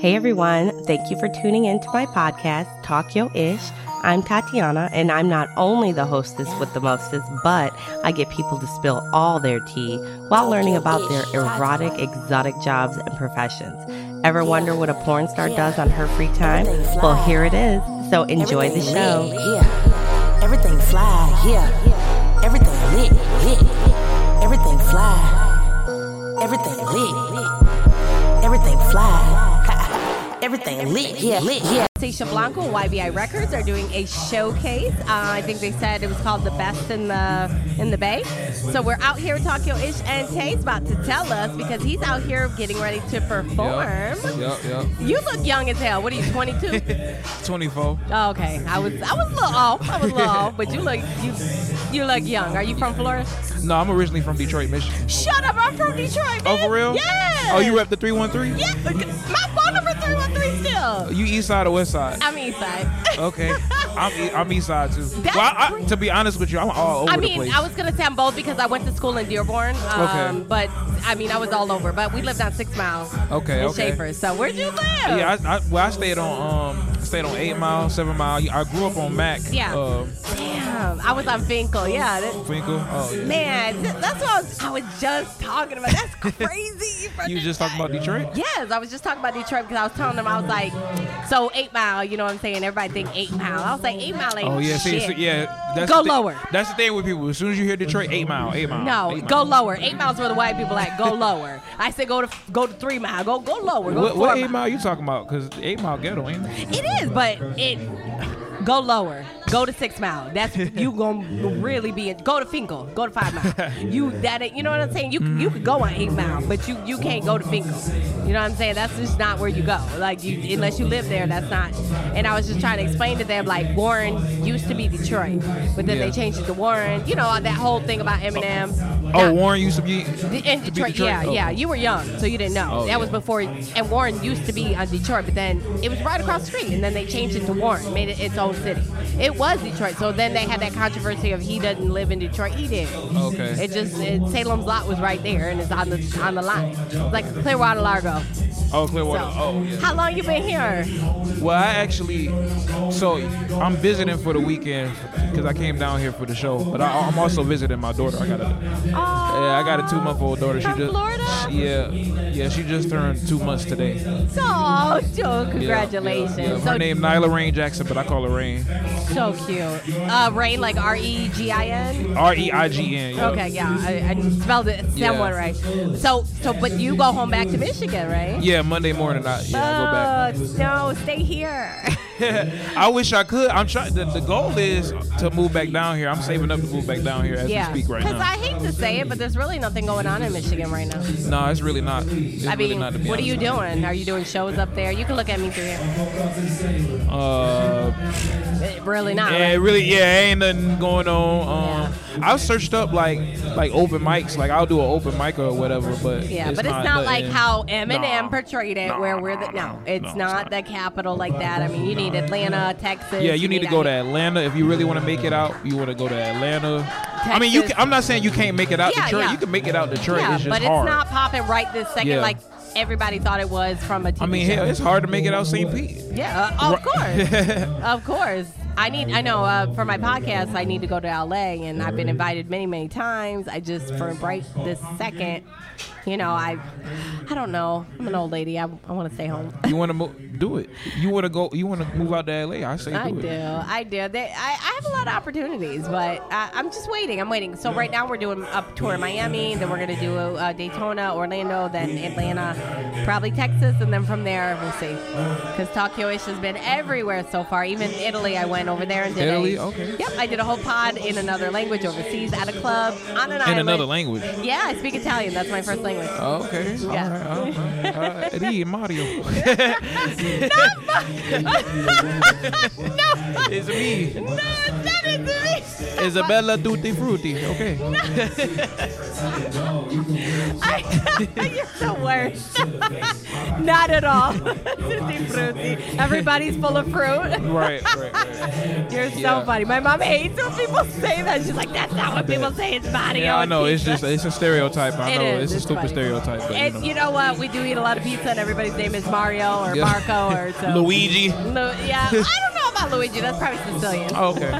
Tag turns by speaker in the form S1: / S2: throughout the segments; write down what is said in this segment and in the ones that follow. S1: Hey everyone, thank you for tuning in to my podcast, Talk Yo Ish. I'm Tatiana, and I'm not only the hostess with the mostest, but I get people to spill all their tea while learning about their erotic, exotic jobs and professions. Ever wonder what a porn star does on her free time? Well, here it is. So enjoy the
S2: Everything
S1: show.
S2: Lit, yeah. Everything fly, yeah. Everything lit, lit. Everything fly. Everything lit. Everything fly. Everything lit, yeah, lit, yeah.
S3: Sasha Blanco, YBI Records are doing a showcase. Uh, I think they said it was called the best in the in the Bay. So we're out here at Tokyo Ish, and Tay's about to tell us because he's out here getting ready to perform.
S4: Yep, yep.
S3: You look young as hell. What are you, 22?
S4: 24.
S3: oh, okay, I was I was a little off. I was a little off, but you look you you look young. Are you from Florida?
S4: No, I'm originally from Detroit, Michigan.
S3: Shut up! I'm from Detroit. Man.
S4: Oh, for real?
S3: Yeah.
S4: Oh, you rep the 313?
S3: Yeah. My phone number three one three still.
S4: You east side or west side?
S3: I'm east side.
S4: Okay. I'm, e- I'm east side too.
S3: That's
S4: well, I, I,
S3: great.
S4: to be honest with you, I'm all over
S3: I
S4: the
S3: mean,
S4: place.
S3: I was gonna say I'm both because I went to school in Dearborn. Um,
S4: Okay.
S3: But I mean, I was all over. But we lived on Six Mile.
S4: Okay,
S3: In
S4: okay.
S3: Schaefer. So where'd you live?
S4: yeah, I, I, well, I stayed on um, I stayed on Eight Mile, Seven Mile. I grew up on Mac.
S3: Yeah.
S4: Uh,
S3: Damn, I was on Finkel. Yeah. That,
S4: Finkel. Oh, yeah.
S3: man, th- that's what I was, I was just talking about. That's crazy. you
S4: You
S3: fucking
S4: was just talking about Detroit?
S3: Yes, I was just talking about Detroit because I was telling them I was like, so Eight Mile. You know what I'm saying? Everybody think Eight Mile. I was like Eight Mile. Ain't
S4: Oh yeah, see,
S3: shit.
S4: see- yeah. That's
S3: Go
S4: the thi-
S3: lower.
S4: That's the thing with people. As soon as you hear Detroit, eight mile, eight mile.
S3: No,
S4: eight
S3: go
S4: mile.
S3: lower. Eight miles where the white people at. Go lower. I said go to go to three mile. Go go lower. Go to
S4: What,
S3: four
S4: what eight
S3: mile.
S4: mile you talking about? Cause eight mile ghetto ain't. it?
S3: It is, but it go lower. Go to six mile. That's you gonna really be. Go to Finkel. Go to five mile. You that ain't- you know what I'm saying. You you could go on eight mile, but you you can't go to Finkel. You know what I'm saying? That's just not where you go. Like you unless you live there, that's not. And I was just trying to explain to them like Warren used to be Detroit, but then they
S4: Yeah.
S3: changed it to Warren. You know that whole thing about Eminem.
S4: Oh,
S3: Not-
S4: Warren used to be
S3: the- In
S4: to be
S3: Detroit, yeah,
S4: Oh.
S3: yeah. You were young, so you didn't know.
S4: Oh,
S3: that
S4: yeah.
S3: was before, and Warren used to be on Detroit, but then it was right across the street, and then they changed it to Warren, made it its own city. It was Detroit, so then they had that controversy of he doesn't live in Detroit, he did.
S4: Okay.
S3: It just it, Salem's Lot was right there, and it's on the on the line, It's like Clearwater Largo.
S4: Oh, Clearwater.
S3: So,
S4: Oh, yeah.
S3: how long you been here?
S4: Well, I actually, so I'm visiting for the weekend because I came down here for the show. But I, I'm also visiting my daughter. I got a, yeah, I got a two month old daughter.
S3: From
S4: just,
S3: Florida?
S4: she- yeah, yeah, she just turned two months today. Yeah,
S3: Oh, Joe,
S4: yeah,
S3: congratulations.
S4: yeah. Her name Nyla Rain Jackson, but I call her Rain.
S3: So, so cute. Uh, Rain, like R E G I N.
S4: R E I G N. yeah.
S3: Okay, yeah, I, I spelled it somewhat
S4: Yeah.
S3: right. So, so, but you go home back to Michigan, right?
S4: Yeah, Monday morning. I, yeah, I go back.
S3: Oh, no, stay here.
S4: I wish I could. I'm trying. The, the goal is to move back down here. I'm saving up to move back down here as
S3: yeah,
S4: we speak right now.
S3: I hate to say it, but there's really nothing going on in Michigan right now.
S4: no, it's really not. It's
S3: I
S4: really
S3: mean,
S4: not, to be
S3: what are you
S4: honest.
S3: doing? Are you doing shows up there? You can look at me through here.
S4: Uh,
S3: Eh, Really not.
S4: Yeah,
S3: right?
S4: it really, yeah, ain't nothing going on. Um, I've searched up like like open mics, like I'll do an open mic or whatever, but
S3: Yeah, but it's not, like
S4: nothing.
S3: how Eminem
S4: Nah.
S3: portrayed it,
S4: Nah,
S3: where we're
S4: nah,
S3: the no,
S4: nah,
S3: it's
S4: nah, it's
S3: not
S4: not.
S3: the capital like that. I mean, you need Atlanta, Texas.
S4: Yeah, you need to go
S3: out
S4: to
S3: here.
S4: Atlanta if you really want to make it out. You want to go to Atlanta. I mean, you. Can,
S3: Texas.
S4: I'm not saying you can't make it out
S3: Yeah,
S4: Detroit.
S3: yeah.
S4: You can make it out Detroit.
S3: Yeah,
S4: it's just
S3: but
S4: hard.
S3: it's not popping right this second
S4: Yeah.
S3: like everybody thought it was from a TV
S4: I mean,
S3: show.
S4: hell, it's hard to make it out St. Pete.
S3: Yeah, uh, of course, of course. I need. I know uh, for my podcast, I need to go to LA, and I've been invited many, many times. I just for right this second, you know, I, I don't know. I'm an old lady. I, I want to stay home.
S4: You want to mo- do it. You want to go. You want to move out to LA. I say
S3: I
S4: do
S3: do.
S4: it.
S3: I do. They, I, I have a lot of opportunities, but I, I'm just waiting. I'm waiting. So right now we're doing a tour in Miami, then we're going to do uh, Daytona, Orlando, then Atlanta, probably Texas, and then from there we'll see. Because Tokyo-ish has been everywhere so far. Even Italy, I went over there and did a-
S4: Italy? Okay.
S3: Yep, I did a whole pod in another language overseas at a club on an
S4: In
S3: island.
S4: another language.
S3: Yeah, I speak Italian. That's my first language.
S4: Okay.
S3: Yeah.
S4: All right. All right. All right. Ri, Mario.
S3: no,
S4: It's me,
S3: No, that is me.
S4: Isabella Tutti Frutti. Okay.
S3: I, you're the worst. Not at all. Tutti frutti. Everybody's full of fruit.
S4: Right, right, right.
S3: You're so
S4: Yeah.
S3: funny. My mom hates when people say that. She's like, that's not what people say. It's body.
S4: Yeah, I know. It's just
S3: It
S4: it's a stereotype. I
S3: It
S4: know
S3: is,
S4: it's a
S3: it's
S4: stupid
S3: funny.
S4: stereotype, but you know.
S3: and you know what? We do eat a lot of pizza, and everybody's name is Mario or
S4: Yeah.
S3: Marco or um, so.
S4: Luigi.
S3: Lu- yeah, I don't know about Luigi. That's probably Sicilian.
S4: Oh, okay.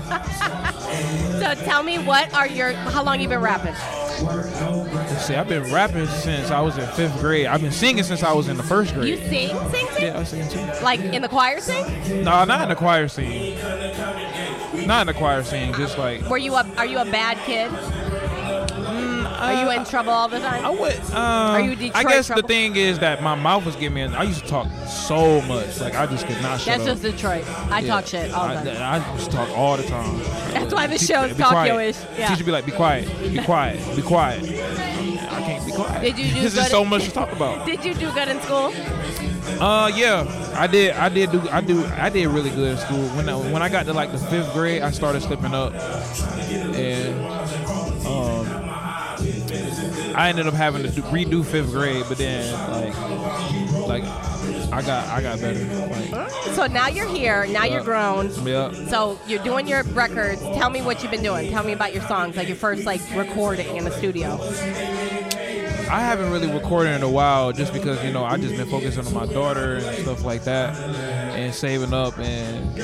S3: So tell me, what are your? How long you been rapping?
S4: See, I've been rapping since I was in fifth grade. I've been singing since I was in the first
S3: You
S4: grade.
S3: sing, sing, sing.
S4: Yeah, I was singing too.
S3: Like in the choir, sing.
S4: No, not in the choir scene. Not in the choir scene. Just like
S3: Were you a? Are you a bad kid? Are
S4: Uh,
S3: you in trouble all the time?
S4: I would. Um, Are
S3: you Detroit
S4: I guess
S3: trouble?
S4: the thing is that my mouth was getting me. In, I used to talk so much, like I just could not shut
S3: That's
S4: up.
S3: just Detroit. I talk shit all the time.
S4: I, I just talk all the time.
S3: That's why this
S4: Teach-
S3: show is
S4: be
S3: Talk
S4: quiet.
S3: Yo-ish. Yeah.
S4: Teacher be like, be quiet, be quiet, be quiet. I can't be quiet.
S3: Did you do
S4: This
S3: good-
S4: is so much to talk about.
S3: Did you do good in school?
S4: Uh, yeah, I did. I did do. I do. I did really good in school. When I, when I got to like the fifth grade, I started slipping up, and um, I ended up having to do, redo fifth grade. But then like like I got I got better. Like,
S3: So now you're here. Now you're
S4: Yeah.
S3: grown.
S4: yeah.
S3: So you're doing your records. Tell me what you've been doing. Tell me about your songs, like your first like recording in the studio.
S4: I haven't really recorded in a while just because, you know, I just been focusing on my daughter and stuff like that and saving up and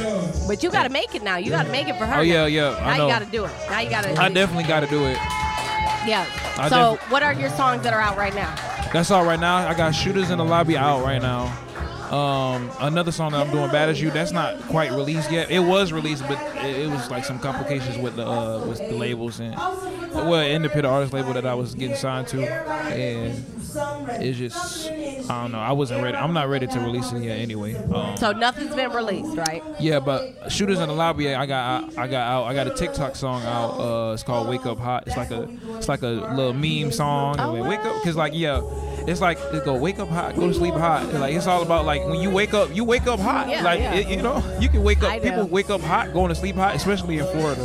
S3: But you got to make it now. You got to make it for her.
S4: Oh, yeah,
S3: now.
S4: yeah,
S3: Now
S4: I know.
S3: you got to do it. Now you got to.
S4: I definitely got to do it.
S3: Yeah.
S4: I
S3: so
S4: def-
S3: what are your songs that are out right now?
S4: That's all right now. I got Shooters in the Lobby out right now. Um, another song that I'm doing, Bad as You, that's not quite released yet. It was released, but it, it was like some complications with the uh, with the labels and well, independent artist label that I was getting signed to, and it's just I don't know. I wasn't ready. I'm not ready to release it yet. Anyway, um,
S3: So nothing's been released, right?
S4: Yeah, but shooters in the lobby. I got I, I got out. I got a TikTok song out. Uh, it's called Wake Up Hot. It's like a it's like a little meme song. And like, wake up, cause like yeah, it's like it go wake up hot, go to sleep hot. And, like it's all about like when you wake up, you wake up hot.
S3: Yeah,
S4: like
S3: yeah.
S4: It, you know, you can wake up.
S3: I do.
S4: People wake up hot, going to sleep hot, especially in Florida.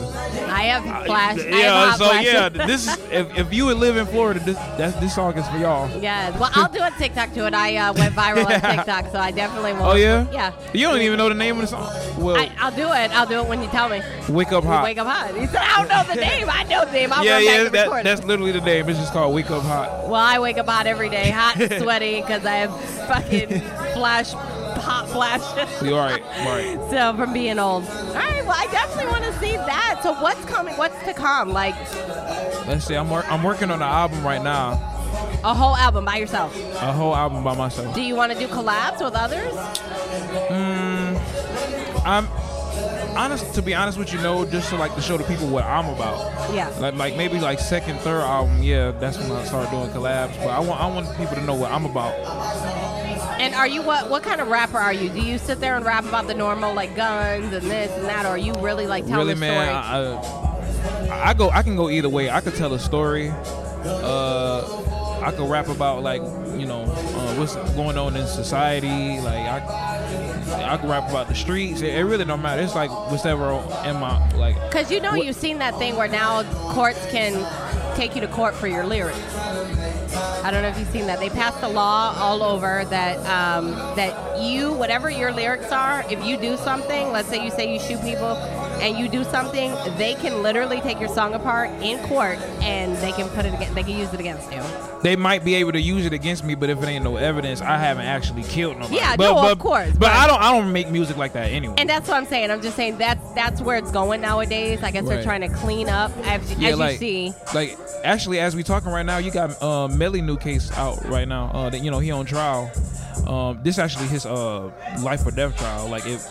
S3: I have flash. I have
S4: Uh, yeah,
S3: hot
S4: so
S3: flashes.
S4: yeah, this is if, if you would live in Florida, this that's, this song is for y'all.
S3: Yes. Well, I'll do a TikTok to it. I uh, went viral on TikTok, so I definitely will.
S4: Oh yeah,
S3: Yeah.
S4: You don't even know the name of the song. Well,
S3: I, I'll do it. I'll do it when you tell me.
S4: wake up hot.
S3: Wake up hot. He said, I don't know the name. I know the name. I'll
S4: yeah,
S3: run
S4: yeah,
S3: back and
S4: that,
S3: record
S4: that's
S3: it.
S4: literally the name. It's just called Wake Up Hot.
S3: Well, I wake up hot every day, hot and sweaty, because I have fucking flash, hot flashes.
S4: You all right? All right.
S3: So from being old. All right. Well, I definitely want to see that. So what's coming? What's to come? Like
S4: Let's see. I'm wor- I'm working on an album right now,
S3: a whole album by yourself.
S4: a whole album by myself.
S3: Do you want to do collabs with others?
S4: I'm honest to be honest with you, no, just to like to show the people what I'm about.
S3: Yeah.
S4: Like, like maybe like second, third album, yeah, that's when I start doing collabs. But I want I want people to know what I'm about.
S3: And are you what? What kind of rapper are you? Do you sit there and rap about the normal, like guns and this and that, or are you really like telling
S4: really,
S3: the
S4: man,
S3: story?
S4: I, I I go I can go either way. I could tell a story. Uh, I could rap about like you know uh, what's going on in society. Like I. I can rap about the streets. It, it really don't matter. It's like whatever in my like
S3: Because you know you've seen that thing where now courts can take you to court for your lyrics. I don't know if you've seen that. They passed a law all over that um, that you, whatever your lyrics are, if you do something, let's say you say you shoot people, and you do something, they can literally take your song apart in court, and they can put it against, they can use it against you.
S4: they might be able to use it against me, but if it ain't no evidence, I haven't actually killed nobody.
S3: Yeah,
S4: but,
S3: no, of
S4: but,
S3: course,
S4: But,
S3: but-
S4: I don't. I don't make music like that anyway.
S3: And that's what I'm saying. I'm just saying that's that's where it's going nowadays. I guess they're
S4: Right.
S3: trying to clean up, as,
S4: yeah,
S3: as
S4: like,
S3: you see.
S4: like actually, as we talking right now, you got uh, Melly new case out right now. Uh, that you know he on trial. Um, this actually his uh life or death trial. Like if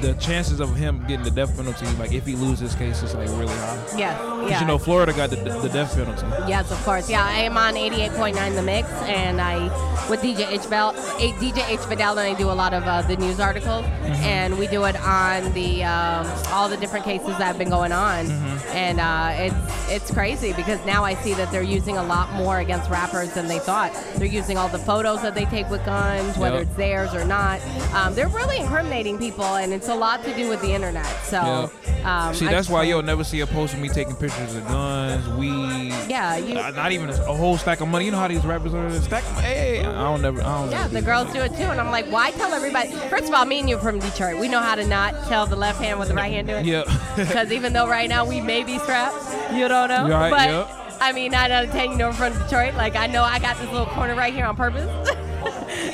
S4: the chances of him getting the death penalty, like if he loses this case, is like really high. 'Cause,
S3: Yes, yeah.
S4: You know, Florida got the, the death penalty.
S3: Yes, of course. Yeah, I am on 88.9 The Mix, and I with DJ H Bell, eh, DJ H Vidal, and I do a lot of uh, the news articles,
S4: Mm-hmm.
S3: and we do it on the um, all the different cases that have been going on,
S4: Mm-hmm.
S3: and uh, it's it's crazy because now I see that they're using a lot more against rappers than they thought. They're using all the photos that they take with guns funds, whether
S4: Yep.
S3: it's theirs or not. Um, they're really incriminating people, and it's a lot to do with the internet. So,
S4: Yep.
S3: um,
S4: See,
S3: I
S4: that's
S3: just
S4: why
S3: think-
S4: you'll never see a post of me taking pictures of guns, weed.
S3: Yeah, you-
S4: uh, not even a, a whole stack of money. You know how these rappers are stack. Of, hey, I don't never. I don't
S3: Yeah,
S4: never
S3: the
S4: do
S3: girls do it too, and I'm like, why tell everybody? First of all, me and you are from Detroit. We know how to not tell the left hand what the right hand doing.
S4: Yeah.
S3: Because even though right now we may be strapped, you don't know.
S4: Right,
S3: but
S4: yep.
S3: I mean, nine out of ten, you know, I'm from Detroit. Like I know I got this little corner right here on purpose.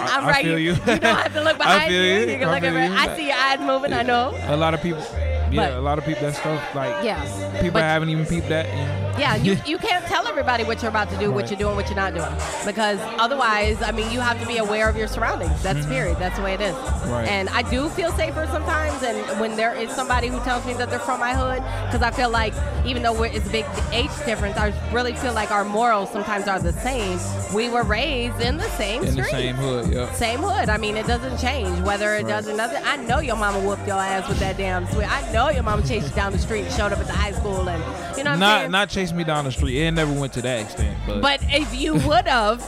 S3: I'm
S4: I
S3: right
S4: feel
S3: here.
S4: you.
S3: don't have to look
S4: I
S3: behind
S4: feel
S3: you.
S4: you.
S3: can
S4: I
S3: look
S4: feel
S3: over.
S4: you.
S3: I see your eyes moving. I know.
S4: A lot of people. Yeah,
S3: But-
S4: a lot of people. That stuff like.
S3: Yeah,
S4: People
S3: but-
S4: haven't even peeped that. Yeah.
S3: Yeah, you, you can't tell everybody what you're about to do, what
S4: Right.
S3: you're doing, what you're not doing. Because otherwise, I mean, you have to be aware of your surroundings. That's period. That's the way it is.
S4: Mm-hmm. Right.
S3: And I do feel safer sometimes. And when there is somebody who tells me that they're from my hood, because I feel like even though we're, it's a big age difference, I really feel like our morals sometimes are the same. We were raised in the same
S4: In the
S3: street.
S4: same hood. Yeah.
S3: Same hood. I mean, it doesn't change whether it
S4: Right.
S3: does or doesn't. I know your mama whooped your ass with that damn sweat. I know your mama chased you down the street, and showed up at the high school, and you know what I'm
S4: Not
S3: saying?
S4: not chase me down the street. It never went to that extent. But,
S3: But if you would have,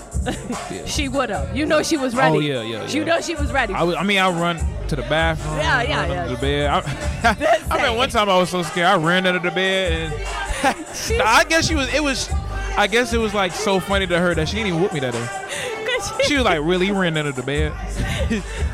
S3: she would have. You know she was ready.
S4: Oh, yeah, yeah,
S3: You
S4: yeah.
S3: know she was ready.
S4: I, was, I mean, I run to the bathroom.
S3: Yeah, yeah,
S4: run
S3: yeah.
S4: Under the bed. I, I mean, one time I was so scared, I ran under the bed, and Nah, I guess she was. It was. I guess it was like so funny to her that she didn't even whoop me that day.
S3: 'Cause she-
S4: She was like, really You ran under the bed,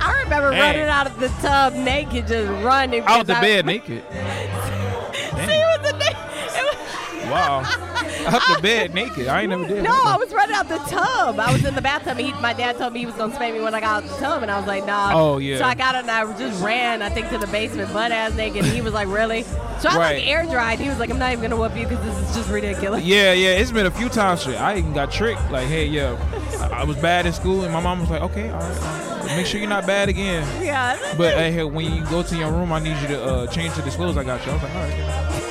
S3: I remember
S4: Dang.
S3: running out of the tub naked, just running.
S4: out the
S3: because I-
S4: bed naked.
S3: She
S4: Damn.
S3: was a na- it was-
S4: Wow, out the bed naked. I ain't never did.
S3: No, I
S4: that.
S3: was running out the tub. I was in the bathtub. He, my dad told me he was gonna spank me when I got out the tub, and I was like, nah.
S4: Oh, yeah.
S3: So I got out and I just ran. I think to the basement, butt ass naked. And he was like, really? So I
S4: Right.
S3: like air dried. He was like, I'm not even gonna whoop you because this is just ridiculous.
S4: Yeah, yeah, it's been a few times. Shit, I even got tricked. Like, hey, yeah, I I was bad in school, and my mom was like, okay, all right, all right. make sure you're not bad again.
S3: Yeah.
S4: But hey, hey, when you go to your room, I need you to uh, change to the clothes I got you. I was like, all right.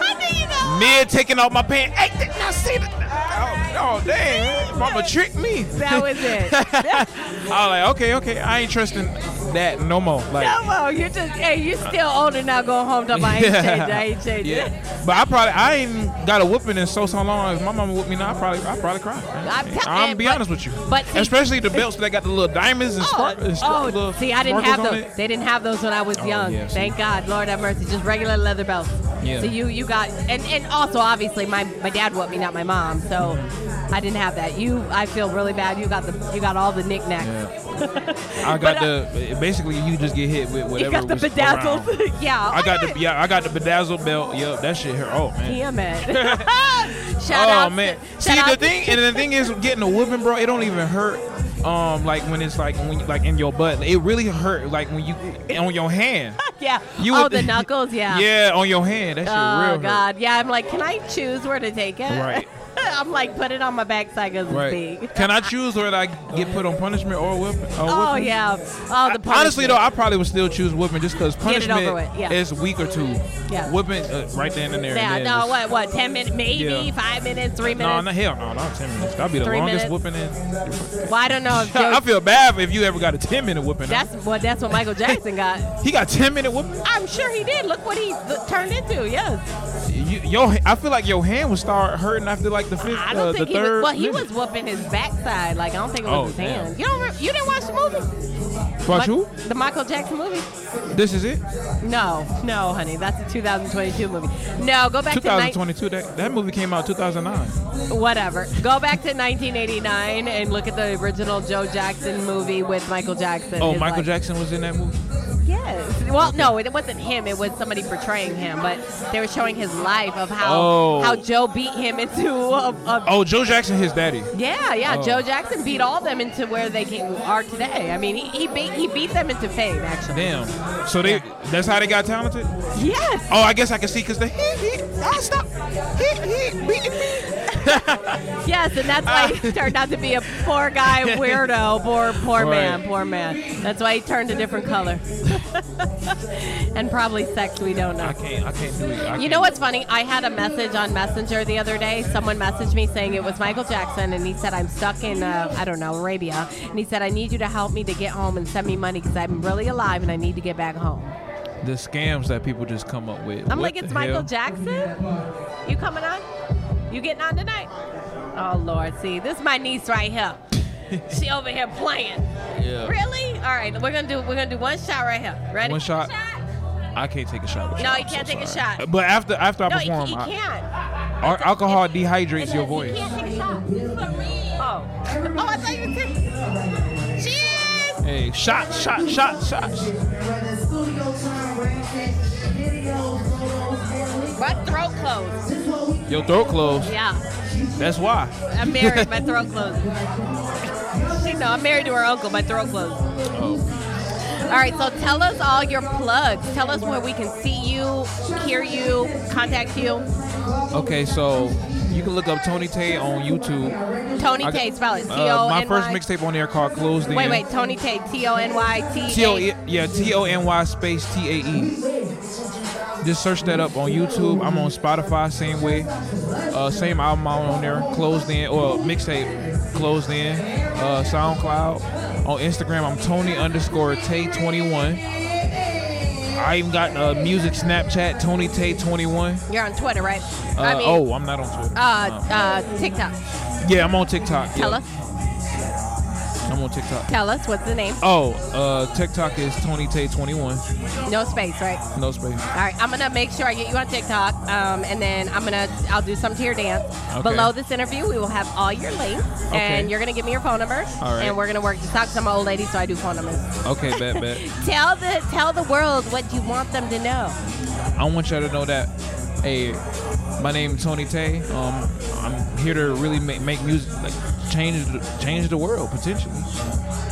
S3: How do you know?
S4: Mid taking off my pants. Hey, did I see that? Oh, oh, damn. Mama tricked me.
S3: That was it.
S4: I was like, okay, okay. I ain't trusting that no more. Like,
S3: Come on, you just hey, you still older now going home to my ain't changing, I ain't changing.
S4: yeah. But I probably I ain't got a whooping in so so long. If my mama whooped me now, I probably I probably cry.
S3: I'm tell-
S4: I'm
S3: and-
S4: be
S3: but-
S4: honest with you.
S3: but see-
S4: especially the belts that got the little diamonds and spark.
S3: Oh,
S4: and spark-
S3: oh
S4: little
S3: see, I didn't have
S4: sparkles on
S3: those. They didn't have those when I was
S4: Oh,
S3: young.
S4: yeah, see.
S3: Thank God, Lord have mercy. Just regular leather belts.
S4: Yeah.
S3: So you you got and and also obviously my my dad whooped me, not my mom. So
S4: Mm.
S3: I didn't have that. You, I feel really bad. You got the you got all the knickknacks.
S4: it. I
S3: But
S4: got the basically you just get hit with
S3: You
S4: whatever.
S3: got the
S4: was
S3: bedazzled.
S4: around.
S3: yeah.
S4: I got
S3: Oh,
S4: the yeah, I got the bedazzled belt. Yup, that shit hurt. Oh man.
S3: Damn it. shout
S4: oh
S3: out.
S4: man.
S3: To,
S4: See
S3: shout out
S4: the
S3: to-
S4: thing, and the thing is, getting a whooping, bro, it don't even hurt. Um, like when it's like when you, like in your butt, it really hurt. Like when you on your hand.
S3: Yeah.
S4: You
S3: oh,
S4: would-
S3: the knuckles. Yeah.
S4: Yeah, on your hand. That shit
S3: Oh
S4: real.
S3: God, yeah. I'm like, can I choose where to take it?
S4: Right.
S3: I'm like, put it on my backside because
S4: Hurt. Right.
S3: it's big.
S4: Can I choose whether I get put on punishment or whipping? Or
S3: Oh
S4: whipping?
S3: yeah. Oh, the punishment.
S4: Honestly though, I probably would still choose whipping just because
S3: Get it over
S4: punishment
S3: with, yeah.
S4: is week or two.
S3: Yeah.
S4: Whipping uh, right then and there. and
S3: yeah.
S4: then
S3: No.
S4: just-
S3: What? What? Ten minutes? Maybe
S4: Yeah.
S3: five minutes? Three
S4: No,
S3: minutes?
S4: no, hell no, not 10 minutes. That'd be the
S3: Three
S4: longest
S3: minutes.
S4: whipping in.
S3: Well, I don't know if
S4: I
S3: Joe,
S4: feel bad if you ever got a 10 minute whipping.
S3: that's what that's what Michael Jackson got.
S4: he got 10 minute whipping?
S3: I'm sure he did. Look what he th- turned into. Yes.
S4: You, your, I feel like your hand would start hurting after like the fifth,
S3: I
S4: uh,
S3: don't
S4: the
S3: think he
S4: third.
S3: was. Well, he
S4: minute.
S3: was whooping his backside. Like I don't think it was
S4: Oh,
S3: his
S4: damn.
S3: hand. You don't. Re- you didn't watch the movie?
S4: But you?
S3: The Michael Jackson movie?
S4: This is it.
S3: No, no, honey. That's a 2022 movie. No, go back to nine-
S4: 2022. That that movie came out 2009.
S3: whatever. Go back to 1989 and look at the original Joe Jackson movie with Michael Jackson.
S4: Oh,
S3: His,
S4: Michael
S3: like-
S4: Jackson was in that movie.
S3: Yes. Well, no, it wasn't him. It was somebody portraying him, but they were showing his life of how
S4: Oh.
S3: how Joe beat him into a. a
S4: Oh, Joe Jackson, his daddy.
S3: Yeah, yeah.
S4: Oh.
S3: Joe Jackson beat all them into where they came, are today. I mean, he, he beat he beat them into fame, actually.
S4: Damn. So they that's how they got talented.
S3: Yes.
S4: Oh, I guess I can see because the he he I stop he he beating me.
S3: Yes, and that's why he turned out to be a poor guy, weirdo, poor, poor
S4: Right.
S3: man, poor man. That's why he turned a different color, and probably sex. We don't
S4: I
S3: know.
S4: can't I can't do it. I
S3: You
S4: can't.
S3: know what's funny? I had a message on Messenger the other day. Someone messaged me saying it was Michael Jackson, and he said I'm stuck in uh, I don't know Arabia, and he said I need you to help me to get home and send me money because I'm really alive and I need to get back home.
S4: The scams that people just come up with.
S3: I'm
S4: What
S3: like, it's
S4: the
S3: Michael
S4: hell?
S3: Jackson. You coming on? You getting on tonight? Oh Lord, see, this is my niece right here. she over here playing.
S4: Yeah.
S3: Really? All right, we're gonna do we're gonna do one shot right here. Ready?
S4: One shot. I can't take a shot. with
S3: No,
S4: y'all,
S3: you
S4: I'm
S3: can't
S4: so
S3: take a
S4: sorry.
S3: shot.
S4: But after after I
S3: No, you,
S4: perform,
S3: you
S4: I-
S3: can't.
S4: al- alcohol dehydrates your voice.
S3: You can't take a shot. Oh. Oh, I thought you could. Cheers!
S4: Hey, shot, shot, shot, shots.
S3: My throat closed.
S4: Your throat closed.
S3: Yeah.
S4: That's why.
S3: I'm married. My throat closed. she know I'm married to her uncle. My throat closed.
S4: Oh.
S3: All right. So tell us all your plugs. Tell us where we can see you, hear you, contact you.
S4: Okay, so you can look up Tony Tay on YouTube.
S3: Tony
S4: I got-
S3: Tay. Spell it. T
S4: Uh,
S3: O
S4: my
S3: N
S4: first
S3: Y.
S4: mixtape on there called Closed In.
S3: Wait, wait. Tony Tay. T O N Y T.
S4: T O E, yeah T O N Y space T A E. Just search that up on YouTube. I'm on Spotify, same way. Uh, same album I'm on there, closed in or mixtape, closed in. Uh, SoundCloud. On Instagram, I'm Tony underscore Tay21. I even got uh, music Snapchat, Tony Tay21.
S3: You're on Twitter, right?
S4: Uh,
S3: I mean,
S4: oh, I'm not on Twitter.
S3: uh, uh, TikTok.
S4: yeah, I'm on TikTok.
S3: Tell
S4: yeah.
S3: us.
S4: I'm on TikTok.
S3: Tell us what's the name.
S4: Oh, uh, TikTok is Tony Tay21.
S3: No space, right?
S4: No space.
S3: All right, I'm gonna make sure I get you on TikTok, um, and then I'm gonna I'll do some to your dance.
S4: Okay.
S3: Below this interview, we will have all your links,
S4: Okay.
S3: and you're gonna give me your phone number,
S4: All right.
S3: and we're gonna work this out. Cause I'm an old lady, so I do phone numbers.
S4: Okay, bet, bet.
S3: Tell the tell the world what you want them to know.
S4: I want y'all to know that, hey, my name is Tony Tay. Um, I'm here to really make, make music, like change the, change the world potentially.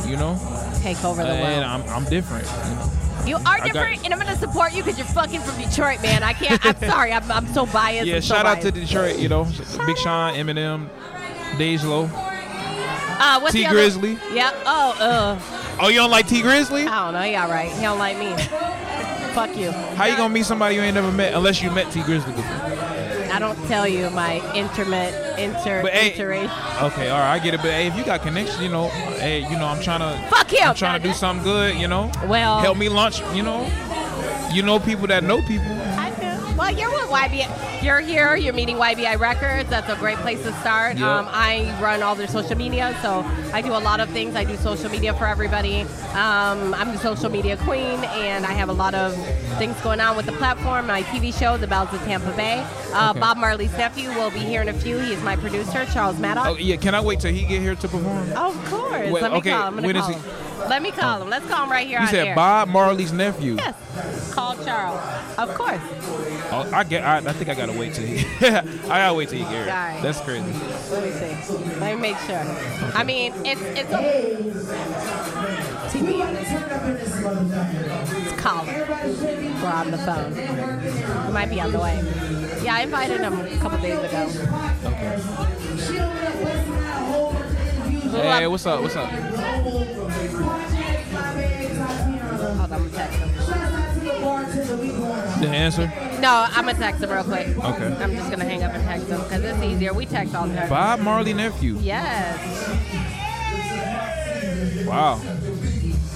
S4: You know,
S3: Take over the
S4: and
S3: world.
S4: I'm, I'm different. You know?
S3: You are
S4: got-
S3: different, and I'm gonna support you because you're fucking from Detroit, man. I can't. I'm sorry. I'm, I'm so biased.
S4: Yeah,
S3: I'm so
S4: shout out to
S3: biased.
S4: Detroit. You know, Big Sean, Eminem, Dej Lo.
S3: uh, what's
S4: T
S3: the other-
S4: Grizzly.
S3: Yeah. Oh. Uh.
S4: Oh, you don't like T Grizzly?
S3: I don't know. He all right. He don't like me. Fuck you.
S4: How you gonna meet somebody you ain't never met unless you met T Grizzly before?
S3: I don't tell you my intimate inter
S4: But hey,
S3: intera-
S4: okay, all right, I get it. But hey, if you got connections, you know, hey, you know, I'm trying to
S3: Fuck him.
S4: I'm trying to do something good, you know.
S3: Well-
S4: help me launch, you know. You know people that know people.
S3: I do. Well, you're with YBI. You're here. You're meeting YBI Records. That's a great place to start.
S4: Yep.
S3: Um, I run all their social media, so I do a lot of things. I do social media for everybody. Um, I'm the social media queen, and I have a lot of things going on with the platform. My TV show, The Bells of Tampa Bay. Uh,
S4: Okay.
S3: Bob Marley's nephew will be here in a few. He is my producer, Charles Maddox.
S4: Oh yeah, can I wait till he get here to perform? You
S3: Of course.
S4: Wait,
S3: Let me
S4: okay,
S3: call him. I'm gonna
S4: when is
S3: call
S4: he-
S3: him. Let me call him. Let's call him right here on
S4: said
S3: air.
S4: Bob Marley's nephew.
S3: Yes. Call Charles. Of course.
S4: Oh, I get. I, I think I gotta wait till he. I gotta wait till he get here.
S3: Alright.
S4: That's crazy.
S3: Let me see. Let me make sure. I mean, it's it's a TV. It's Colin. We're on the phone. He might be on the way. Yeah, I invited him a couple days ago.
S4: Hey, what's up? What's up?
S3: Hold on, I'm gonna text him.
S4: The answer.
S3: No, I'm gonna text him real quick.
S4: Okay.
S3: I'm just gonna hang up and text him because it's easier. We text all the time.
S4: Bob Marley nephew.
S3: Yes.
S4: Wow.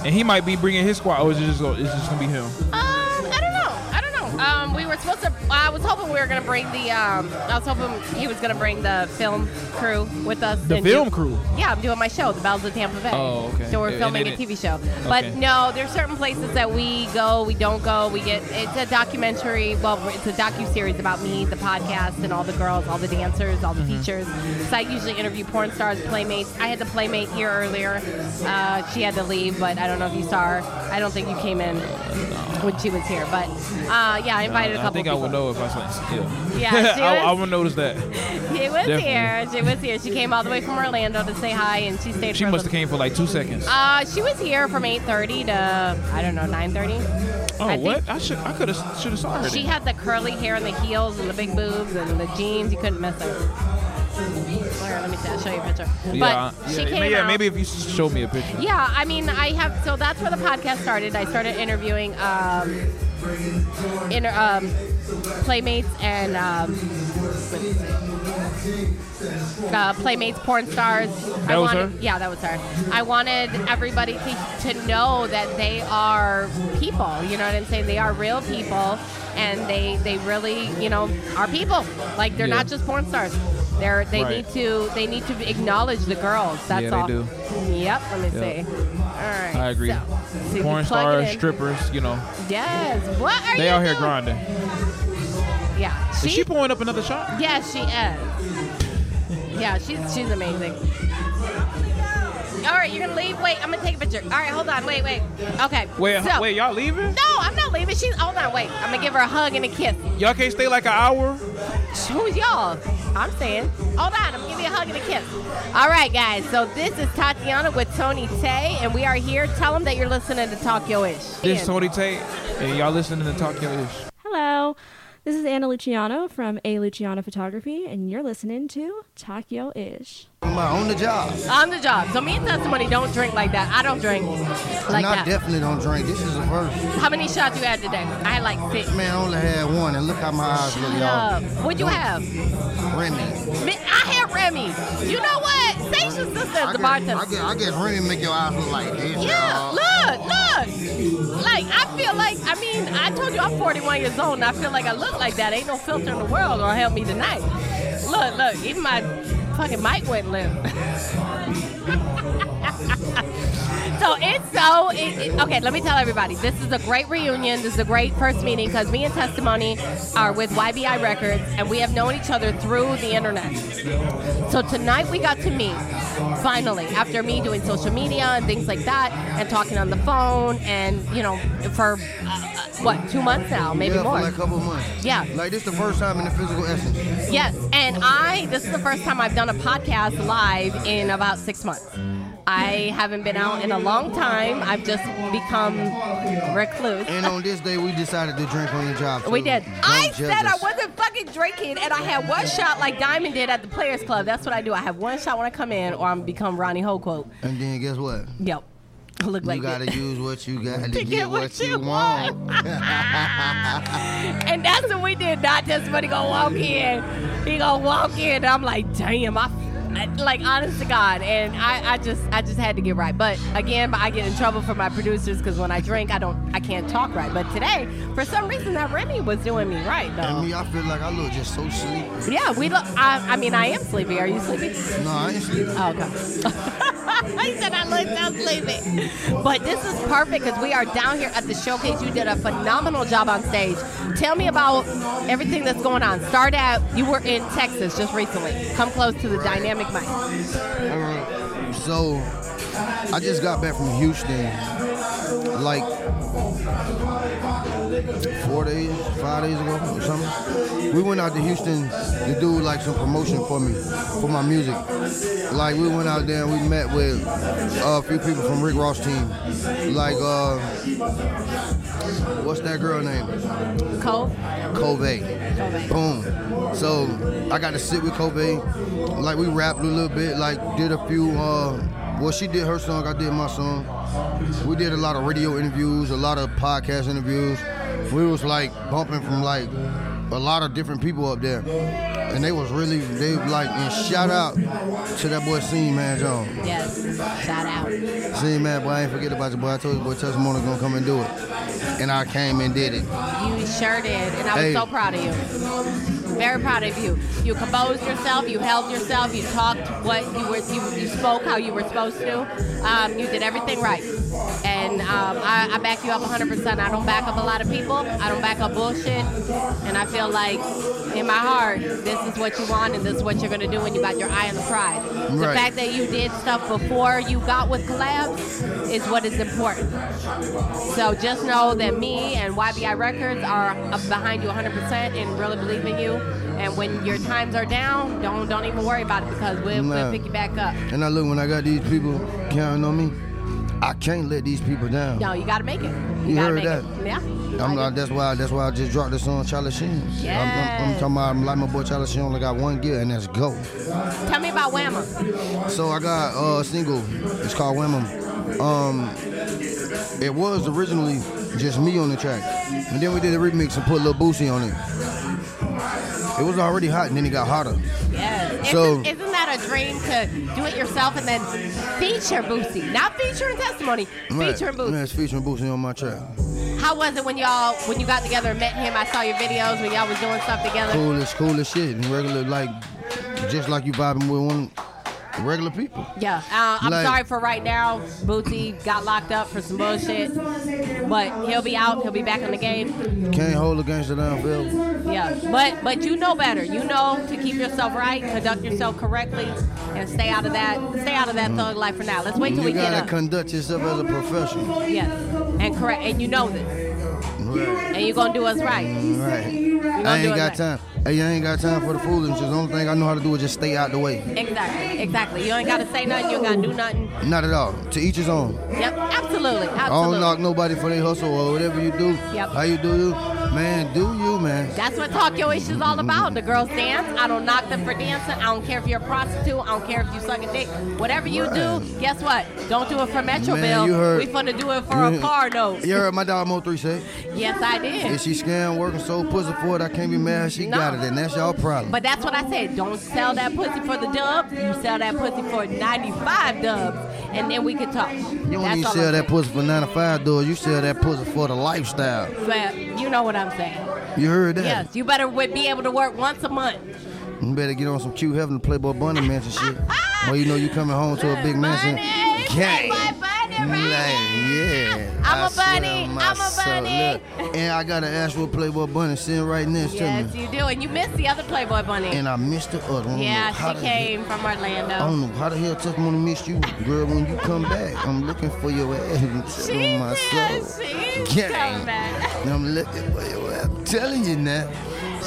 S4: And he might be bringing his squad. Oh, is it just gonna, it's just gonna be him?
S3: Um, I don't know. I don't know. Um, we were supposed to. I was hoping we were gonna bring the. Um, I was hoping he was gonna bring the film crew with us.
S4: The
S3: and
S4: film
S3: do-
S4: crew?
S3: Yeah, I'm doing my show, The Bells of Tampa Bay.
S4: Oh, okay.
S3: So we're
S4: And-
S3: filming
S4: and
S3: a
S4: it-
S3: TV show. But
S4: okay.
S3: no, there's certain places that we go, we don't go. We get it's a documentary. Well, it's a docu series about me, the podcast, and all the girls, all the dancers, all the
S4: Mm-hmm.
S3: teachers. So I usually interview porn stars, playmates. I had the playmate here earlier. Uh, she had to leave, but I don't know if you saw her. I don't think you came in when she was here. But uh, yeah, I invited a
S4: I
S3: couple
S4: think I
S3: people.
S4: would know if I saw. Yeah.
S3: Yeah, she
S4: I, I
S3: was-
S4: would notice that.
S3: She was
S4: Definitely.
S3: here. She was here. She came all the way from Orlando to say hi, and she stayed.
S4: She
S3: for a
S4: must have
S3: little-
S4: came for like two seconds.
S3: Uh, she was here from 8:30 to I don't know 9:30.
S4: oh,
S3: I think-
S4: what? I should. I could have. Should have saw her.
S3: She
S4: then.
S3: had the curly hair and the heels and the big boobs and the jeans. You couldn't miss her. Here, let me see. I'll show you a picture. But
S4: yeah.
S3: she
S4: yeah,
S3: came
S4: yeah
S3: out.
S4: maybe if you showed me a picture.
S3: Yeah, I mean, I have. So that's where the podcast started. I started interviewing um, inter, um, playmates and um, what is it? uh, playmates, porn stars. I
S4: That was
S3: wanted,
S4: her?
S3: Yeah, that was her. I wanted everybody to, to know that they are people. You know what I'm saying? They are real people, and they they really you know are people. Like they're
S4: Yeah.
S3: not just porn stars. They're, they
S4: Right.
S3: need to they need to acknowledge the girls. That's
S4: Yeah, they
S3: all.
S4: do.
S3: Yep. Let me
S4: Yep.
S3: see. All right.
S4: I agree.
S3: So, so you
S4: Porn
S3: plug it
S4: stars,
S3: in.
S4: strippers, you know,
S3: Yes. What are
S4: they
S3: you
S4: out here
S3: doing?
S4: grinding.
S3: Yeah.
S4: Is she pulling up another shot?
S3: Yes, she is. Yeah, she's she's amazing. All right, you're gonna leave. Wait, I'm gonna take a picture. All right, hold on. Wait, wait. Okay.
S4: Wait,
S3: so-
S4: wait, y'all leaving?
S3: No, I'm not leaving. She's hold on. Wait, I'm gonna give her a hug and a kiss.
S4: Y'all can't stay like an hour?
S3: Who's y'all? I'm saying. Hold on, I'm giving you a hug and a kiss. All right, guys. So this is Tatiana with Tony Tay, and we are here. Tell them that you're listening to Tokyo Ish.
S4: This is Tony Tate, and y'all listening to Talk Your Ish.
S5: Hello, this is Anna Luciano from A Luciano Photography, and you're listening to Tokyo Ish.
S6: I'm on the job.
S3: On the job. So me and Testimony don't drink like that. I don't drink like
S6: and I
S3: that.
S6: definitely don't drink. This is the first.
S3: How many shots you had today? I had like six.
S6: Man, I only had one, and look how my eyes look, y'all.
S3: Um, what'd you have?
S6: Remy.
S3: Man, I had Remy. You know what? Stacia's sister is
S6: I
S3: the
S6: guess,
S3: bartender.
S6: I guess, I guess Remy make your eyes look like this,
S3: Yeah,
S6: y'all.
S3: look, look. Like I feel like I mean I told you I'm 41 years old and I feel like I look like that. Ain't no filter in the world gonna help me tonight. Look, look. Even my fucking mic went limp. So it's so it, it- okay. Let me tell everybody. This is a great reunion. This is a great first meeting because me and Testimony are with YBI Records, and we have known each other through the internet. So tonight we got to meet finally after me doing social media and things like that, and talking on the phone, and you know for uh, uh, what two months now, maybe
S6: yeah,
S3: more.
S6: for like a couple of months.
S3: Yeah.
S6: Like, this the first time in the physical essence.
S3: Yes, and I this is the first time I've done a podcast live in about six months. I haven't been out in a long time. I've just become recluse.
S6: And on this day, we decided to drink on the job.
S3: We
S6: too.
S3: did.
S6: Don't
S3: I
S6: judge
S3: said I
S6: us.
S3: wasn't fucking drinking, and I had one shot like Diamond did at the Players Club. That's what I do. I have one shot when I come in, or I'm become Ronnie Holquote.
S6: And then guess what?
S3: Yep, I look like
S6: you gotta
S3: it.
S6: use what you got to,
S3: get what you
S6: want.
S3: And that's what we did. Not just somebody gonna walk in. He gonna walk in. And I'm like, damn, I, I- like honest to God. And I, I just I just had to get right. But again, I get in trouble for my producers because when I drink, I don't I can't talk right. But today, for some reason, that Remy was doing me right though.
S6: and me, I feel like I look just so sleepy.
S3: yeah, we look. I, I mean, I am sleepy. Are you sleepy?
S6: No, I ain't sleepy.
S3: Oh, okay. he said I looked out sleepy. But this is perfect because we are down here at the showcase. You did a phenomenal job on stage. Tell me about everything that's going on. Start at you were in Texas just recently. Come close to the dynamic mic.
S6: Uh, so I just got back from Houston like four days, five days ago or something. We went out to Houston to do like some promotion for me, for my music. Like we went out there and we met with uh, a few people from Rick Ross team. Like uh, what's that girl name?
S3: Cole.
S6: Kobe. Boom. So I got to sit with Kobe. Like we rapped a little bit, like did a few uh well she did her song, I did my song. We did a lot of radio interviews, a lot of podcast interviews. We was like bumping from like a lot of different people up there. And they was really they like and shout out to that boy Scene Man Jones.
S3: Yes. Shout out.
S6: See, man, boy, I ain't forget about you, boy. I told you, boy, Touch Mona gonna come and do it. And I came and did it.
S3: You sure did, and I was
S6: Hey.
S3: so proud of you. Very proud of you. You composed yourself. You held yourself. You talked what you were. You, you spoke how you were supposed to. Um, you did everything right, and um, I, I back you up 100. percent I don't back up a lot of people. I don't back up bullshit, and I feel like in my heart, this is what you want, and this is what you're gonna do when you got your eye on the prize. The
S6: Right.
S3: fact that you did stuff before you got with collabs is what is important. So just know that me and YBI Records are up behind you 100% and really believe in you. And when your times are down, don't don't even worry about it because we'll, we'll
S6: Nah.
S3: pick you back up.
S6: And I look when I got these people counting on me, I can't let these people down.
S3: No, you got to make it. You,
S6: You
S3: gotta
S6: heard
S3: make
S6: that.
S3: It. Yeah.
S6: I'm like, that's why that's why I just dropped the song Charlie Sheen. I'm, I'm, I'm
S3: Yes.
S6: talking about I'm like my boy Charlie Sheen only got one gear and that's go.
S3: Tell me about Whamma.
S6: So I got uh, a single. It's called Women. Um, it was originally just me on the track, and then we did a remix and put Lil Boosie on it. It was already hot, and then it got hotter.
S3: Yes.
S6: So-
S3: isn't, isn't that a dream to do it yourself and then feature Boosie? Not featuring testimony,
S6: Right.
S3: featuring
S6: Yeah,
S3: Boosie.
S6: it's featuring Boosie on my track.
S3: How was it when y'all when you got together and met him? I saw your videos when y'all was doing stuff together.
S6: Cool as cool as shit. And regular like just like you vibing with one regular people.
S3: Yeah, uh, I'm
S6: Like-
S3: sorry for right now. Bootsy got locked up for some bullshit, but he'll be out. He'll be back in the game.
S6: Can't hold a gangster down, Phil.
S3: Yeah, but but you know better. You know to keep yourself right, conduct yourself correctly, and stay out of that. Stay out of that thug life for now. Let's wait till
S6: You
S3: we get
S6: gotta
S3: up.
S6: conduct yourself as a professional.
S3: yes, and correct. And you know this,
S6: Right.
S3: and you're gonna do us right.
S6: right.
S3: gonna
S6: I
S3: do
S6: ain't
S3: it
S6: got
S3: right.
S6: time. Hey, I ain't got time for the foolishness. The only thing I know how to do is just stay out the way.
S3: Exactly, exactly. You ain't gotta say nothing. You ain't gotta do nothing.
S6: Not at all. To each his own.
S3: Yep, absolutely,
S6: I don't knock
S3: absolutely.
S6: nobody for their hustle or whatever you do.
S3: Yep.
S6: How you do you, man? Do you, man?
S3: That's what Talk Your Ish is all about. The girls dance. I don't knock them for dancing. I don't care if you're a prostitute. I don't care if you suck a dick. Whatever you do,
S6: Right.
S3: guess what? Don't do it for Metro
S6: Man,
S3: Bill.
S6: you heard-
S3: we finna do it for a car note.
S6: You heard my dog Mo three say.
S3: Yes, I did.
S6: If she scam working so pussy for it, I can't be mad. She
S3: No.
S6: got it, and that's y'all problem.
S3: But that's what I said. Don't sell that pussy for the dub. You sell that pussy for 95 dubs, and then we can talk.
S6: you don't
S3: That's
S6: even
S3: all
S6: sell
S3: I'm
S6: that pussy for nine to five doors. You sell that pussy for the lifestyle.
S3: saying. But you know what I'm saying.
S6: You heard that?
S3: Yes, you better would be able to work once a month.
S6: You better get on some cute heaven to Playboy Bunny mansion shit. or you know you coming home to a big mansion.
S3: Bunny,
S6: Gang.
S3: Playboy Bunny right
S6: Like, yeah.
S3: I'm
S6: I
S3: a bunny,
S6: swear on
S3: I'm
S6: my
S3: a
S6: soul.
S3: bunny.
S6: Look, and I got an actual Playboy Bunny sitting right next
S3: Yes,
S6: to me.
S3: you do. And you missed the other Playboy Bunny.
S6: And I missed the other one.
S3: yeah,
S6: How
S3: she
S6: the hell-
S3: came from Orlando.
S6: I don't know how the hell testimony missed you, girl. When you come back, I'm looking for your ass.
S3: She
S6: on my
S3: said
S6: soul.
S3: she's coming
S6: Gang.
S3: back.
S6: I'm looking for your ass. I'm telling you now.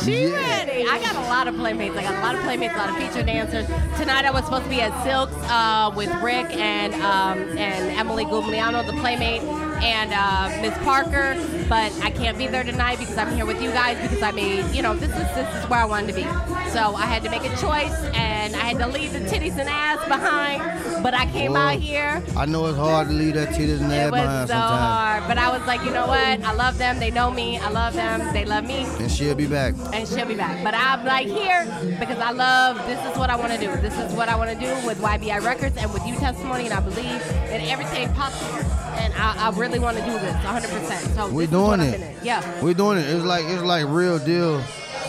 S3: She
S6: yeah.
S3: ready. I got a lot of playmates. I got a lot of playmates, a lot of feature dancers. Tonight I was supposed to be at Silks uh, with Rick and um, and Emily Gugliano, the playmate, and uh, Miss Parker. But I can't be there tonight because I'm here with you guys because I made you know this is this is where I wanted to be. So I had to make a choice and I had to leave the titties and ass behind. But I came
S6: Well,
S3: out here.
S6: I know it's hard to leave that titties and
S3: It
S6: that
S3: was
S6: behind
S3: so
S6: sometimes.
S3: hard, but I was like, you know what? I love them. They know me. I love them. They love me.
S6: And she'll be back.
S3: And she'll be back. But I'm like here because I love. This is what I want to do. This is what I want to do with YBI Records and with you testimony. And I believe in everything possible. And I, I really want to do this 100. percent So this is
S6: We're
S3: what
S6: doing
S3: I'm in
S6: it.
S3: Yeah.
S6: We're doing it. It's like it's like real deal.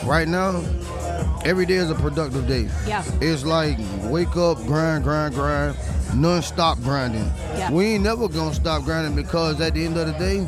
S6: Right now, every day is a productive day.
S3: Yeah.
S6: It's like wake up, grind, grind, grind, non-stop grinding.
S3: Yeah.
S6: We ain't never gonna stop grinding because at the end of the day,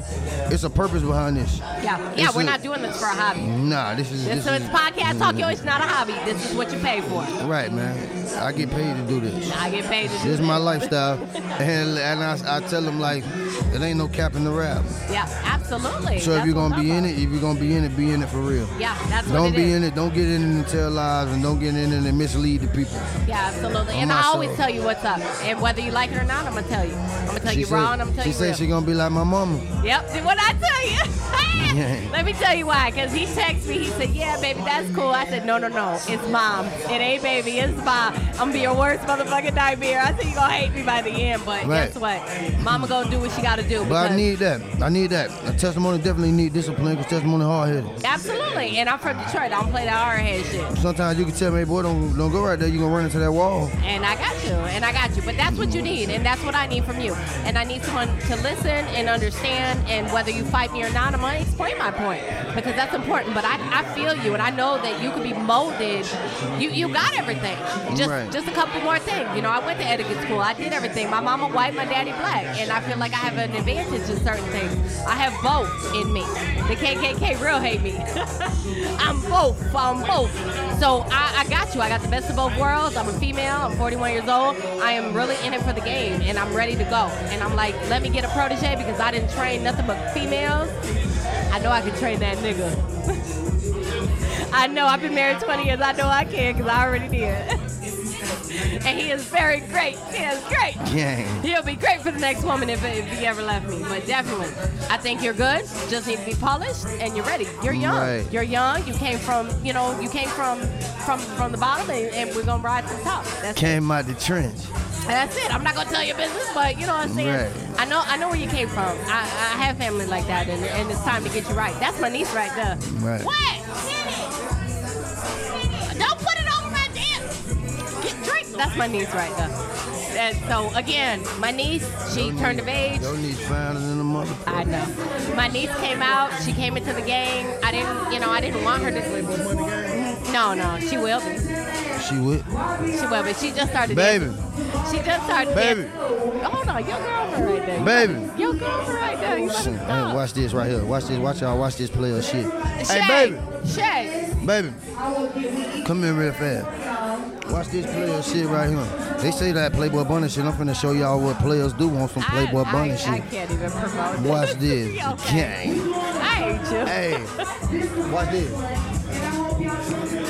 S6: it's a purpose behind this.
S3: Yeah. Yeah.
S6: It's
S3: We're
S6: a-
S3: not doing this for a hobby.
S6: Nah, this is
S3: This,
S6: this,
S3: so it's
S6: is Mm-hmm.
S3: podcast talk. Yo, it's not a hobby. This is what you pay for.
S6: right, man. I get paid to do this.
S3: I get paid to do
S6: This is my lifestyle, and, and I, I tell them like, it ain't no cap in the rap.
S3: Yeah. Absolutely.
S6: So if
S3: That's
S6: you're
S3: what
S6: gonna
S3: I'm
S6: be in
S3: about.
S6: it, if you're gonna be in it, be in it for real.
S3: Yeah. That's what
S6: Don't
S3: it
S6: be
S3: is.
S6: in it. Don't get in it and tell lies, and don't get in it and mislead the people.
S3: Yeah, absolutely.
S6: On
S3: And
S6: my
S3: I always
S6: soul.
S3: tell you what's up. And whether you like it or not, I'm gonna tell you. I'm gonna tell you raw and I'm gonna tell
S6: she
S3: you
S6: said
S3: real.
S6: she gonna be like my mama.
S3: Yep, did what I tell you.
S6: Yeah.
S3: Let me tell you why. Because he texted me. He said, Yeah, baby, that's cool. I said, No, no, no. It's mom. It ain't baby. It's mom. I'm going to be your worst motherfucking nightmare. I said, you going to hate me by the end. But
S6: Right.
S3: guess what? Mama going to do what she got to do.
S6: But I
S3: because-
S6: need that. I need that. A testimony definitely need discipline because testimony hard headed.
S3: Absolutely. And I'm from Detroit. I don't play that hard head shit.
S6: Sometimes you can tell me, boy, don't don't go right there. You gonna run into that wall.
S3: And I got you, and I got you. But that's what you need, and that's what I need from you. And I need someone to listen and understand. And whether you fight me or not, I'm gonna explain my point because that's important. But I, I feel you, and I know that you could be molded. You you got everything. Just
S6: Right.
S3: just a couple more things. You know, I went to etiquette school. I did everything. My mama white, my daddy black, and I feel like I have an advantage in certain things. I have both in me. The KKK real hate me. I'm both. I'm both. So I, I got you. I got the best of both worlds. I'm a female. I'm 41 years old. I am really in it for the game, and I'm ready to go. And I'm like, let me get a protege because I didn't train nothing but females. I know I can train that nigga. I know. I've been married 20 years. I know I can because I already did. and he is very great. He is great.
S6: Gang.
S3: He'll be great for the next woman if, if he ever left me. But definitely, I think you're good. Just need to be polished, and you're ready. You're young.
S6: Right.
S3: You're young. You came from, you know, you came from from from the bottom, and, and we're gonna ride to the top. That's
S6: Came out the trench.
S3: that's it. I'm not gonna tell your business, but you know what I'm saying.
S6: Right.
S3: I know I know where you came from. I, I have family like that, and, and it's time to get you right. That's my niece right there.
S6: Right.
S3: What? Don't put it on my damn. Get drink. That's my niece right there. And so again, my niece, she turned of age.
S6: Don't need finders in the mother.
S3: I know. My niece came out. She came into the gang. I didn't, you know, I didn't want her to. No, No, no, she will be.
S6: She would.
S3: She will be. She just started.
S6: Baby.
S3: dancing. She just started.
S6: Baby.
S3: dancing. Hold on, your girlfriend right there.
S6: Baby.
S3: Your girlfriend right there. You better
S6: Listen, hey,
S3: stop.
S6: watch this right here. Watch this. Watch y'all. Watch this play of shit.
S3: Shay,
S6: Hey, baby.
S3: Shay.
S6: Baby, come here real fast. Watch this player shit right here. They say that Playboy Bunny shit. I'm finna show y'all what players do on some Playboy
S3: I,
S6: Bunny
S3: I, I
S6: shit.
S3: can't even promote this.
S6: Watch this.
S3: okay.
S6: Gang.
S3: I hate you.
S6: Hey, watch this.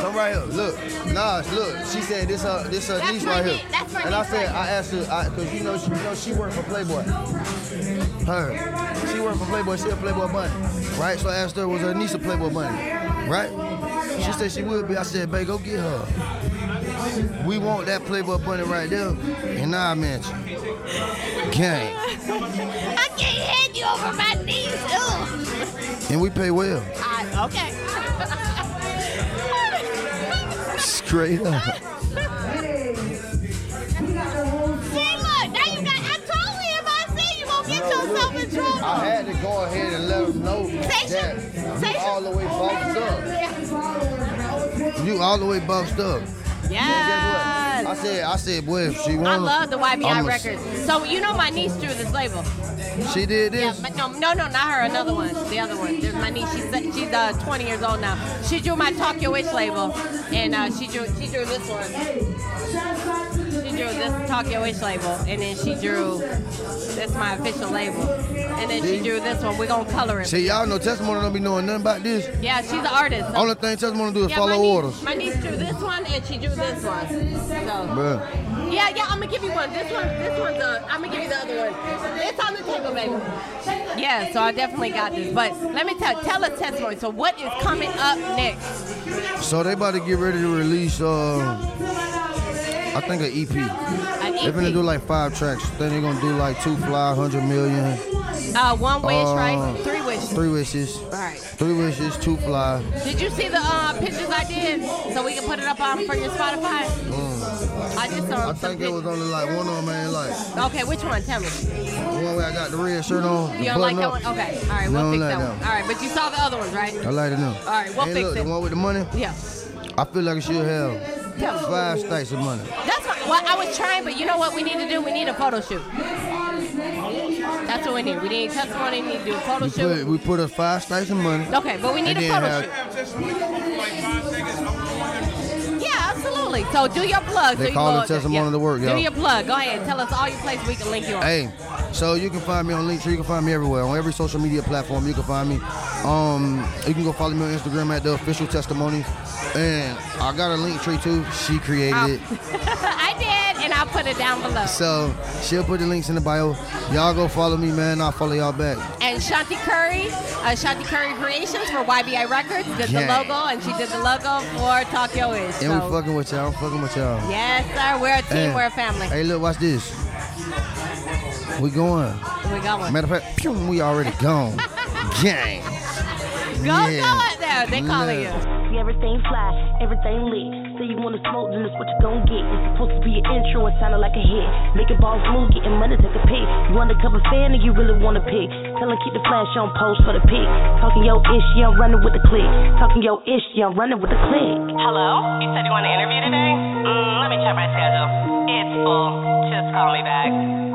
S6: Come right here. Look, Nas. Look, she said this her this her
S3: That's
S6: niece
S3: my
S6: right
S3: niece.
S6: here.
S3: That's my
S6: and I
S3: niece
S6: said
S3: right
S6: I asked her I, cause you know she you know she worked for Playboy. Her, she worked for Playboy. She a Playboy bunny, right? So I asked her was her niece a Playboy bunny, right? She said she would be. I said, babe, go get her. We want that Playboy bunny right there, and I mention gang,
S3: I can't hand you over my knees. Ugh.
S6: and we pay well,
S3: I, okay.
S6: straight up.
S3: See, look, now you got. I told him. I said you gonna get yourself in trouble.
S6: I had to go ahead and let them know that you
S3: Sasha.
S6: all the way boxed up. You all the way boxed up. Guess what? I
S3: Yes.
S6: said, I said, boy, if she
S3: I
S6: wanted,
S3: love the YBI
S6: I'ma-
S3: records. So you know my niece drew this label.
S6: She did
S3: Yeah,
S6: this.
S3: but no, no, no, not her. Another one. The other one. There's my niece. She's she's uh, 20 years old now. She drew my Talk Your Wish label, and uh, she drew she drew this one. She drew this Talk Your Wish label, and then she drew that's my official label, and then she drew this one. We're gonna color it.
S6: See, y'all know testimony don't be knowing nothing about this.
S3: Yeah, she's an artist.
S6: Only thing testimony do is
S3: yeah, my
S6: follow
S3: niece,
S6: orders.
S3: My niece drew this one, and she drew this one. So.
S6: Bruh.
S3: Yeah, yeah, I'm gonna give you one. This one, this one's i am I'm gonna give you the other one. It's on the table, baby. Yeah, so I definitely got this. But let me tell, tell a testimony. So what is coming up next?
S6: So they about to get ready to release, uh, I think an E EP.
S3: An E
S6: They're gonna
S3: EP.
S6: do like five tracks. Then they're gonna do like two fly, hundred million,
S3: uh, one wish, right?
S6: uh,
S3: Three wishes.
S6: three wishes,
S3: All right.
S6: three wishes, two fly.
S3: Did you see the uh, pictures I did? So we can put it up on for your Spotify. I just saw
S6: Mm. I
S3: some
S6: think it was
S3: pictures.
S6: only like one of them ain't like
S3: Okay, which one? Tell me.
S6: the one where I got the red shirt on. the
S3: You don't like
S6: button
S3: that
S6: up.
S3: one? Okay. All right,
S6: No, Uh,
S3: we'll
S6: I
S3: fix
S6: like
S3: that
S6: that
S3: one.
S6: one.
S3: All right, but you saw the other ones, right?
S6: I like it now. All
S3: right, we'll
S6: and
S3: fix
S6: look,
S3: it.
S6: The one with the money,
S3: Yeah.
S6: I feel like I should have
S3: Tell me.
S6: five stacks of money.
S3: That's what well, I was trying, but you know what we need to do? We need a photo shoot. That's what we need. We need testimony. We need to do a photo
S6: We put,
S3: shoot.
S6: we put up five stacks of money.
S3: Okay, but we need
S6: and
S3: a
S6: then
S3: photo
S6: have-
S3: shoot. Yeah, absolutely. So do your plug.
S6: They
S3: so you
S6: call
S3: go
S6: it
S3: out there.
S6: testimony
S3: yeah.
S6: to work,
S3: Do
S6: y'all.
S3: your plug. Go ahead. Tell us all your places we can link you on.
S6: Hey, so you can find me on Linktree. You can find me everywhere on every social media platform. You can find me. Um, you can go follow me on Instagram at the official testimony. And I got a Linktree too. She created it.
S3: I did, and I'll put it down below.
S6: So she'll put the links in the bio. Y'all go follow me, man. I'll follow y'all back.
S3: and Shanti Curry, uh, Shanti Curry Creations for YBI Records did the
S6: Yeah.
S3: logo, and she did the logo for Tokyo Is.
S6: And
S3: So,
S6: we fucking with y'all. I'm fucking with y'all.
S3: yes, sir. We're a team.
S6: Hey.
S3: We're a family.
S6: Hey, look, watch this. We going.
S3: We got one.
S6: Matter of fact, pew, we already gone. Gang.
S3: Go, go out there. They calling you.
S6: Look.
S7: See everything fly, everything lit. Say you wanna smoke, then that's what you gon' get. It's supposed to be an intro, it sounded like a hit. Making balls move, getting money, take a pic. You undercover fan and you really wanna pick. Tell 'em keep the flash on post for the pic. Talking yo ish, yeah, I'm running with the click. Talking yo ish, yeah, I'm running with the click.
S8: Hello? You said you want to interview today? Mm, let me check my schedule. It's full. Just call me back.